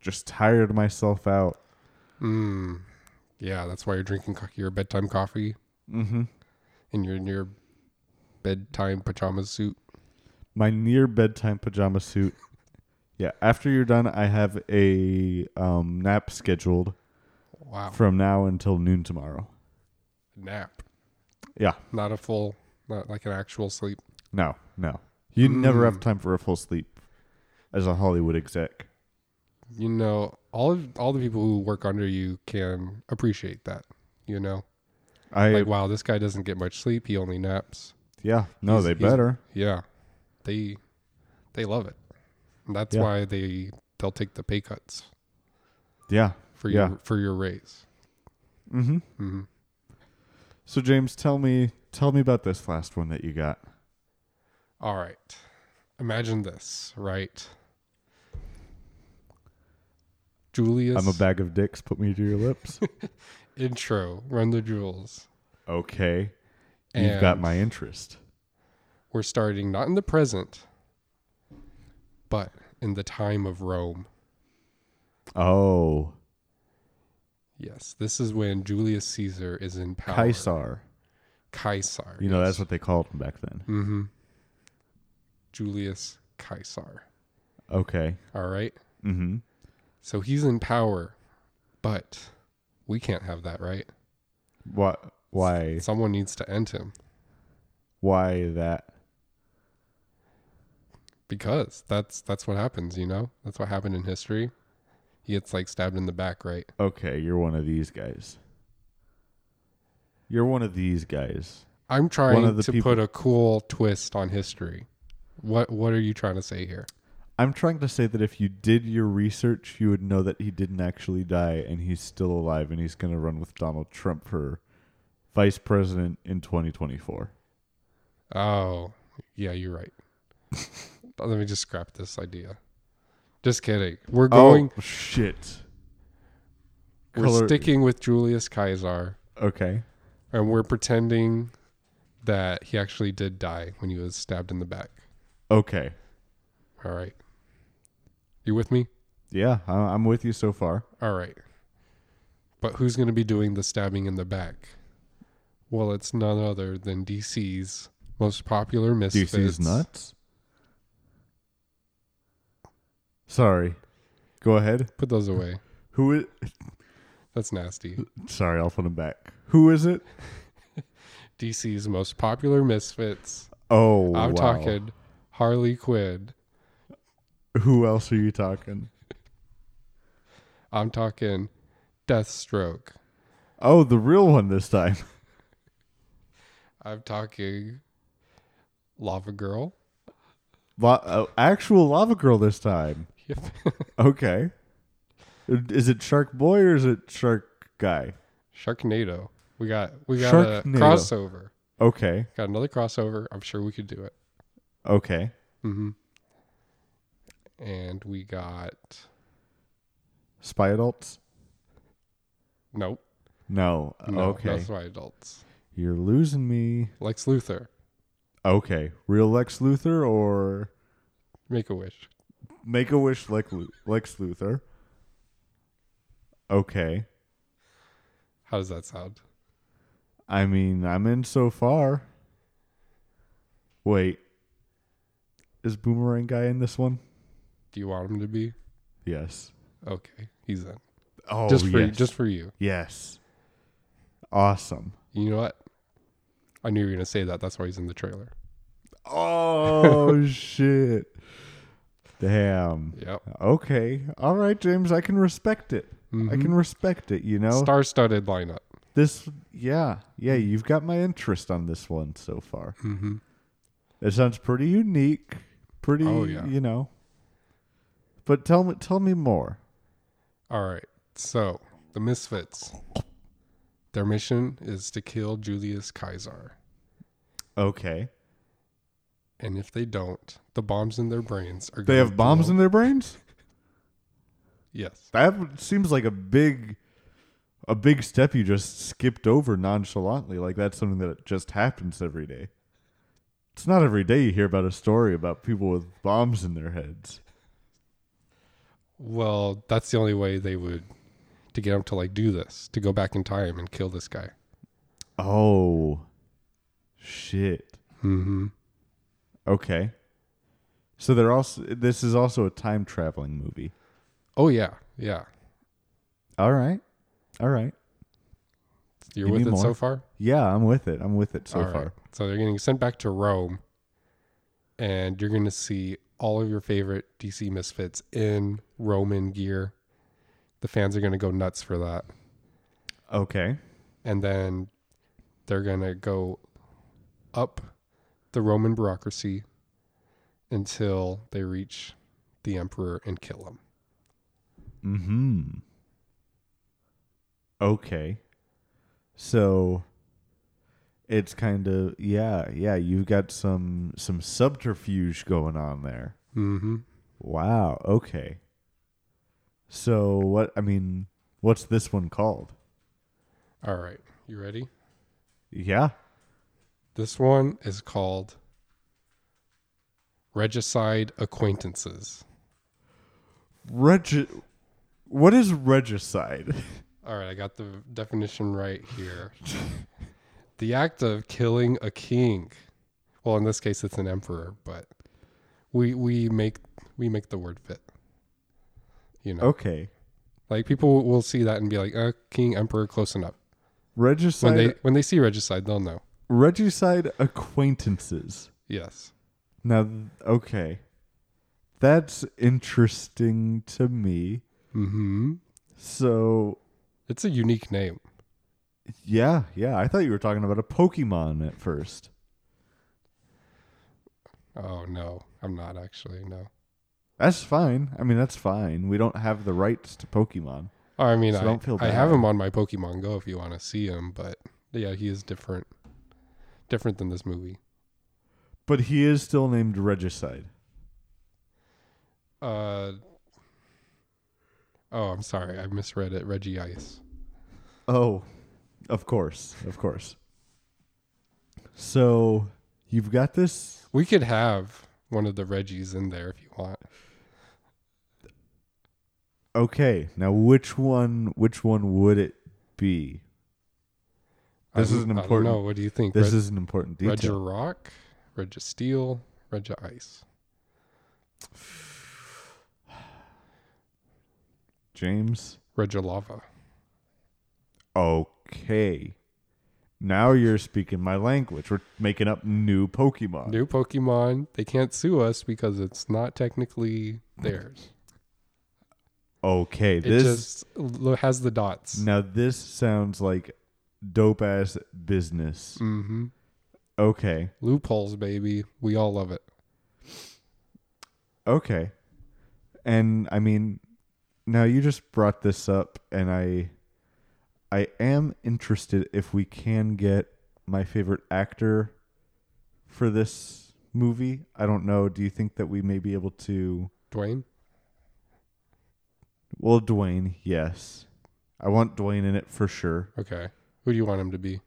just tired myself out.
Mm. Yeah, that's why you're drinking co- your bedtime coffee
Mhm.
in your near bedtime pajama suit.
My near bedtime pajama suit. Yeah, after you're done, I have a um, nap scheduled
Wow.
from now until noon tomorrow.
Nap.
Yeah.
Not a full, not like an actual sleep.
No, no. You never
Hmm.
have time for a full sleep as a Hollywood exec.
You know, all of all the people who work under you can appreciate that. You know,
I
like wow, this guy doesn't get much sleep. He only naps.
yeah, no,
he's-
they
he's-
better.
Yeah, they they love it. And that's
Yeah.
why they they'll take the pay cuts
Yeah.
for
Yeah.
your for your raise.
Mm-hmm.
Mhm.
So James, tell me, tell me about this last one that you got.
All right, imagine this, right? Julius,
I'm a bag of dicks. Put me to your lips.
intro. Run the jewels.
okay, you've got
And-
my interest.
We're starting not in the present, but in the time of Rome.
Oh,
Yes, this is when Julius Caesar is in power.
Caesar.
Caesar.
You know
yes.
that's what they called him back then.
Mm-hmm. Julius Caesar.
Okay.
All right.
Mm-hmm.
So he's in power, but we can't have that, right?
What? Why?
Someone needs to end him
Why that?
because that's that's what happens, you know. That's what happened in history. He gets like stabbed in the back, right?
Okay, you're one of these guys. You're one of these guys.
I'm trying
of the
to
people-
put a cool twist on history. What what are you trying to say here?
I'm trying to say that if you did your research, you would know that he didn't actually die and he's still alive and he's going to run with Donald Trump for vice president in 2024.
Oh, yeah, you're right. Let me just scrap this idea. Just kidding. We're going.
oh, shit.
we're
color-
sticking with Julius Caesar.
Okay.
and we're pretending that he actually did die when he was stabbed in the back.
Okay.
All right. You with me?
Yeah, I- I'm with you so far.
All right. But who's going to be doing the stabbing in the back? Well, it's none other than DC's most popular misfits.
DC's nuts. Sorry. Go ahead.
Put those away.
Who is?
That's nasty.
Sorry, I'll put him back. Who is it?
DC's most popular misfits.
Oh,
I'm
wow.
talking Harley Quinn.
Who else are you talking?
I'm talking Deathstroke.
Oh, the real one this time.
I'm talking Lava Girl.
La- uh, actual lava girl this time.
Yep.
Okay. Is it Shark Boy or is it Shark Guy?
Sharknado. We got we got a
Sharknado.
crossover.
Okay.
Got another crossover. I'm sure we could do it.
Okay.
Mm-hmm. And we got
Spy adults?
nope.
No.
No,
Oh, okay.
that's why adults.
You're losing me.
Lex Luthor,
Okay. Real Lex Luthor or
Make a Wish.
Make a Wish Lex, Lu- Lex Luthor? Okay.
How does that sound?
I mean, I'm in so far. Wait. Is Boomerang Guy in this one?
Do you want him to be?
Yes.
Okay, he's in.
Oh,
just for you
yes.
just for you.
yes. Awesome.
You know what? I knew you were gonna say that. That's why he's in the trailer.
Oh shit. Damn.
Yep.
Okay. All right, James, I can respect it. I
Mm-hmm.
can respect it, you know?
Star-studded lineup.
this yeah. Yeah, you've got my interest on this one so far.
Mm-hmm.
It sounds pretty unique, pretty,
Oh, yeah.
you know. But tell me tell me more.
All right. So the Misfits. Their mission is to kill Julius Caesar,
Okay.
and if they don't, the bombs in their brains are.
They have bombs in their brains?
Yes.
That seems like a big a big step you just skipped over nonchalantly, like that's something that just happens every day. It's not every day you hear about a story about people with bombs in their heads.
Well, that's the only way they would to get him to like do this, to go back in time and kill this guy.
Oh shit.
Mm-hmm.
Okay. So they're also this is also a time traveling movie.
Oh yeah, yeah.
All right. All right.
You're
Give
with
me
it so
more.
far.
Yeah, I'm with it. I'm with it so
All right.
far.
So they're getting sent back to Rome, and you're going to see all of your favorite DC misfits in Roman gear. The fans are going to go nuts for that,
Okay.
and then they're going to go up the Roman bureaucracy until they reach the emperor and kill him.
Hmm. Okay. So it's kind of yeah, yeah. You've got some some subterfuge going on there.
Mm-hmm.
Wow. Okay. So what? I mean, what's this one called?
All right, you ready?
Yeah.
This one is called Regicide Acquaintances.
Regi. What is regicide?
All right, I got the definition right here. the act of killing a king. Well, in this case, it's an emperor, but we we make we make the word fit. You know,
okay.
like people will see that and be like, uh, "King, emperor, close enough." When
Regicide.
they when they see regicide, they'll know.
regicide acquaintances.
Yes,
Now, th- okay. That's interesting to me.
hmm
So,
it's a unique name.
yeah, yeah. I thought you were talking about a Pokemon at first.
Oh no, I'm not actually no.
That's fine. I mean, that's fine. We don't have the rights to Pokemon.
I mean,
So
I,
don't feel
I have
bad.
him on my Pokemon Go if you want to see him, but yeah, he is different, different than this movie.
But he is still named Regicide.
Uh, oh, I'm sorry. I misread it. Reggie Ice.
Oh. Of course, of course. So you've got this.
We could have one of the Reggies in there if you want.
Okay, now which one? Which one would it be?
I
This
don't-
is an
I don't know.
important-
What do you think?
This
Reg-
is an important
Regia
detail.
Rock, Regia Steel, Regia Ice.
James.
Regia Lava.
Okay. Now you're speaking my language. We're making up new Pokemon.
New Pokemon. They can't sue us because it's not technically theirs.
Okay,
It
this
just lo- has the dots.
now this sounds like dope ass business.
hmm
Okay.
Loopholes, baby. We all love it.
Okay. And I mean, now you just brought this up and I I am interested if we can get my favorite actor for this movie. I don't know. Do you think that we may be able to
Dwayne,
Well, Dwayne, yes. I want Dwayne in it for sure.
okay. Who do you want him to be?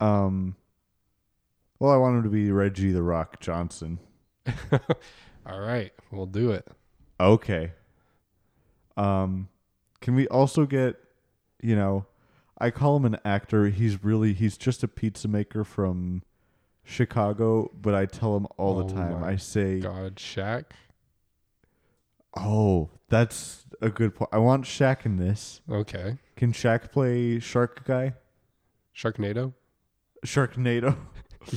Um Well, I want him to be Reggie the Rock Johnson.
All right, we'll do it.
Okay. Um, can we also get, you know, I call him an actor. He's really he's just a pizza maker from Chicago, but I tell him all
Oh
the time.
my
I say,
God, Shaq.
"Oh, that's a good point. I want Shaq in this.
Okay.
Can Shaq play Shark Guy?
Sharknado.
Sharknado?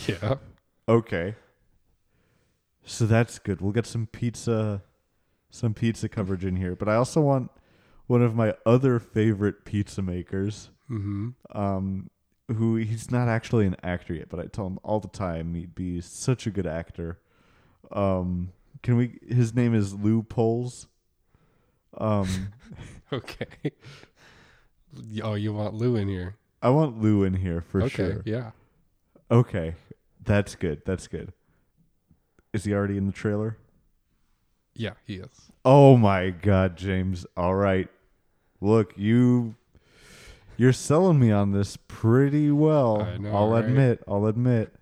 Yeah.
okay. So that's good. We'll get some pizza, some pizza coverage in here. But I also want one of my other favorite pizza makers.
Mm-hmm.
um, who he's not actually an actor yet, but I tell him all the time he'd be such a good actor. Um, can we? His name is Lou Poles. Um,
Okay. oh, you want Lou in here?
I want Lou in here for
okay.
sure.
Yeah.
Okay, that's good. That's good. Is he already in the trailer?
Yeah, he is.
Oh my God, James! All right, look you. You're selling me on this pretty well.
I know,
I'll
right?
admit. I'll admit.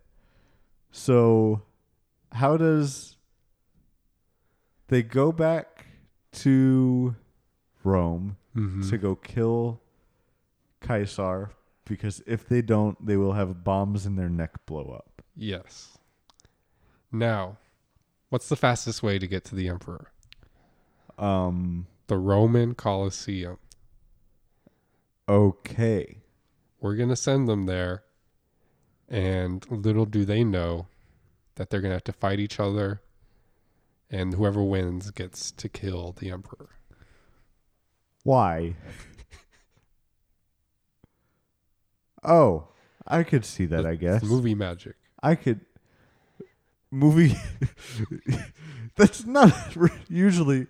So, how does they go back to Rome
Mhm.
to go kill Caesar? Because if they don't, they will have bombs in their neck blow up.
Yes. Now, what's the fastest way to get to the emperor?
Um.
The Roman Colosseum.
Okay.
We're going to send them there. And little do they know that they're going to have to fight each other. And whoever wins gets to kill the emperor.
Why? oh, I could see that. I guess
It's movie magic.
I could movie. that's not usually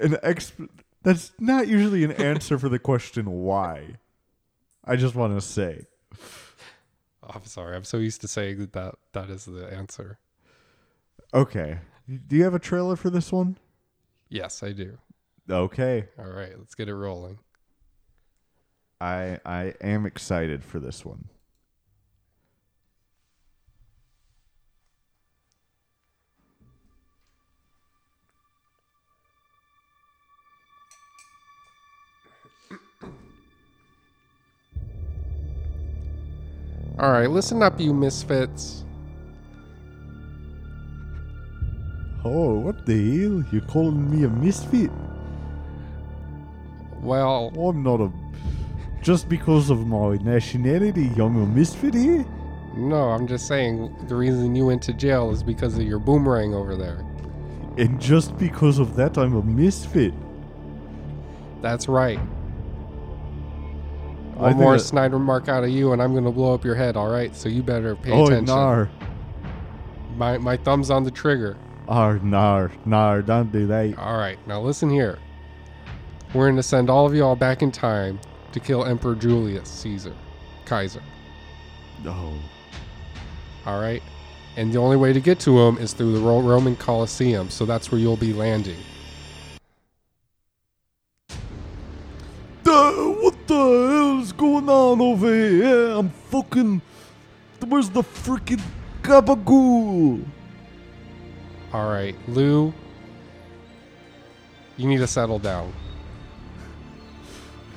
an exp. That's not usually an answer for the question why. I just want to say
Oh, I'm sorry. I'm so used to saying that that, that is the answer.
okay. Do you have a trailer for this one?
Yes, I do.
Okay,
All right, let's get it rolling.
I I am excited for this one.
All right, listen up, you misfits.
Oh, what the hell? You're calling me a misfit?
Well,
I'm not a. Just because of my nationality, I'm a misfit here?
No, I'm just saying the reason you went to jail is because of your boomerang over there.
And just because of that, I'm a misfit.
That's right.
I
One
think
more
that-
snide remark out of you, and I'm gonna blow up your head. All right, so you better pay
oh,
attention.
nar.
My my thumb's on the trigger.
Ar, nar, nar, Oh, don't do that.
All right, now listen here. We're gonna send all of y'all back in time to kill Emperor Julius Caesar, Kaiser.
No.
All right, and the only way to get to him is through the Ro- Roman Colosseum. So that's where you'll be landing.
what the hell's going on over fucking. Where's the freaking gabagool?
All right, Lou, you need to settle down.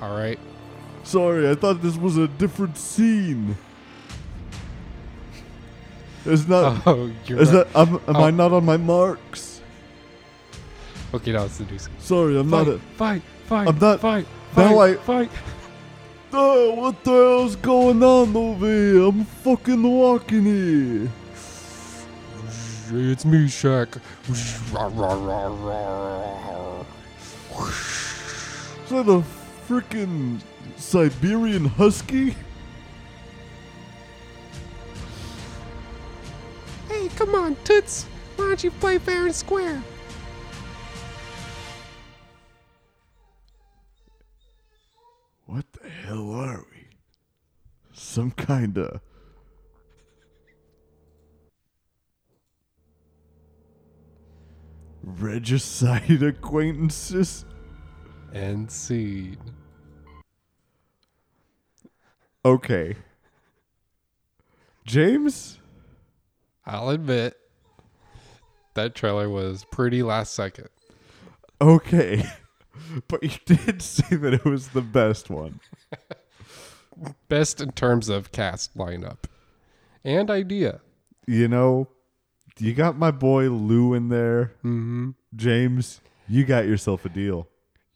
All right.
Sorry, I thought this was a different scene. Is not.
Oh, you're
Uh, is
right.
that? Am, am
Oh.
I not on my marks?
okay, now it's the new scene.
Sorry, I'm
Fight,
not. A,
fight, fight,
I'm not-
fight,
now
fight,
I-
fight.
oh, what the hell's going on over here? I'm fucking walking here.
It's me, Shaq. Rah, rah, rah, rah.
Is that a freaking Siberian husky?
Hey, come on, Toots. Why don't you play fair and square?
What the hell are we? Some kind of. Regicide acquaintances?
And scene.
Okay. James?
I'll admit, that trailer was pretty last second.
Okay. But you did say that it was the best one.
Best in terms of cast lineup and idea.
You know, you got my boy Lou in there.
Mm-hmm.
James, you got yourself a deal.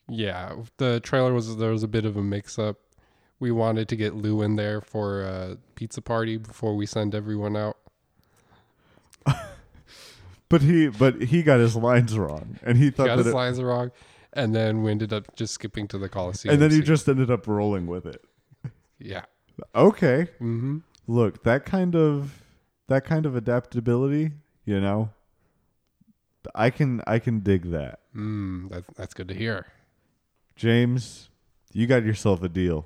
Yeah, the trailer was there was a bit of a mix up. We wanted to get Lou in there for a pizza party before we send everyone out.
But he but he got his lines wrong. And he thought
Got
that
his
it,
lines wrong, and then we ended up just skipping to the Coliseum.
and then he
scene.
just ended up rolling with it.
yeah.
Okay.
Mm-hmm.
Look, that kind of that kind of adaptability, you know. I can I can dig that.
Mm, that, that's good to hear.
James, you got yourself a deal.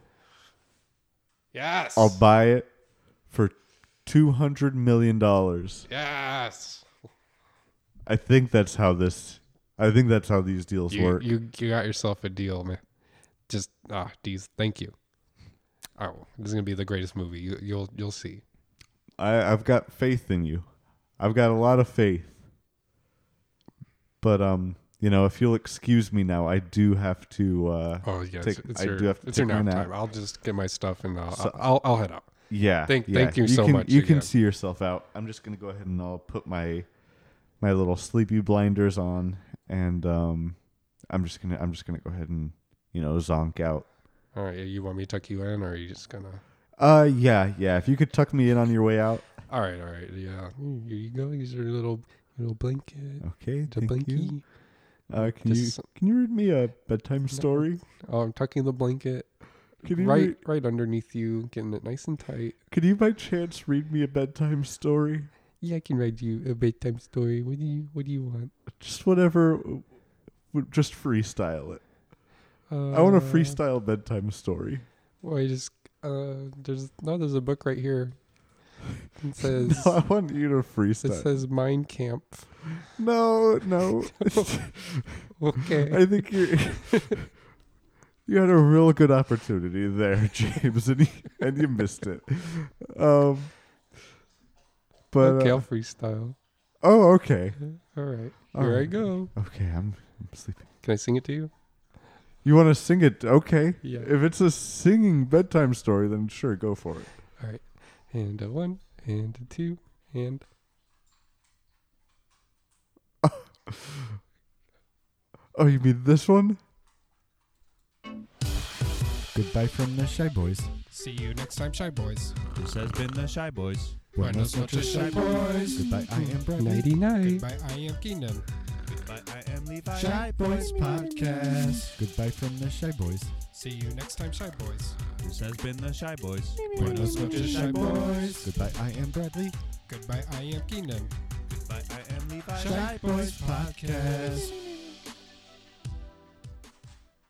Yes.
I'll buy it for two hundred million dollars.
yes.
I think that's how this. I think that's how these deals
You,
work.
you you got yourself a deal, man. Just ah, D's. Thank you. Oh, this is gonna be the greatest movie. You, you'll you'll see.
I, I've got faith in you. I've got a lot of faith. But um, you know, if you'll excuse me now, I do have to. Uh,
Oh yes,
take-
it's
I
your
do have to
it's your
take my
nap
nap.
time. I'll just get my stuff and I'll I'll, I'll head out.
yeah,
Thank-
yeah,
thank you so
can,
much
You
again.
can see yourself out. I'm just gonna go ahead and I'll put my my little sleepy blinders on, and um, I'm just gonna I'm just gonna go ahead and you know zonk out.
All right, you want me to tuck you in, or are you just gonna?
Uh, yeah, yeah. If you could tuck me in on your way out,
All right, all right, yeah. Mm, Here you go. Use your little your little blanket.
okay.
The
Thank
blankie.
you. Uh, can
Just-
you can you read me a bedtime story?
Oh, I'm tucking the blanket
Can you
right
read-
right underneath you, getting it nice and tight.
Could you by chance read me a bedtime story?
Yeah, I can read you a bedtime story. What do you What do you want?
Just whatever, w- just freestyle it.
Uh,
I want a freestyle bedtime story.
Well, I just uh, there's no, there's a book right here. It
No,
says
I want you to
it
freestyle.
says Mind Camp.
No, no.
Okay.
I think you you had a real good opportunity there, James, and you, and you missed it. Um, but
okay,
uh,
I'll freestyle.
oh, okay,
All right,
all
here I
right.
go.
okay. I'm I'm sleeping.
Can I sing it to you?
You want to sing it? Okay.
Yeah.
If it's a singing bedtime story, then sure, go for it.
All right, and a one, and a two, and
Oh, you mean this one?
Goodbye from the Shy Boys.
See you next time, Shy Boys.
This has been the Shy Boys.
Buenas noches, Shy Boys.
Goodbye, I am Bradley.
nighty night.
Goodbye, I am Keenan.
But I am Levi.
Podcast. Goodbye from the Shy Boys.
See you next time, Shy Boys.
This has been the Shy Boys.
Buenas noches, Shy Boys.
Goodbye, I am Bradley.
Goodbye, I am Keenan.
But I am Levi.
Shy Boys Podcast.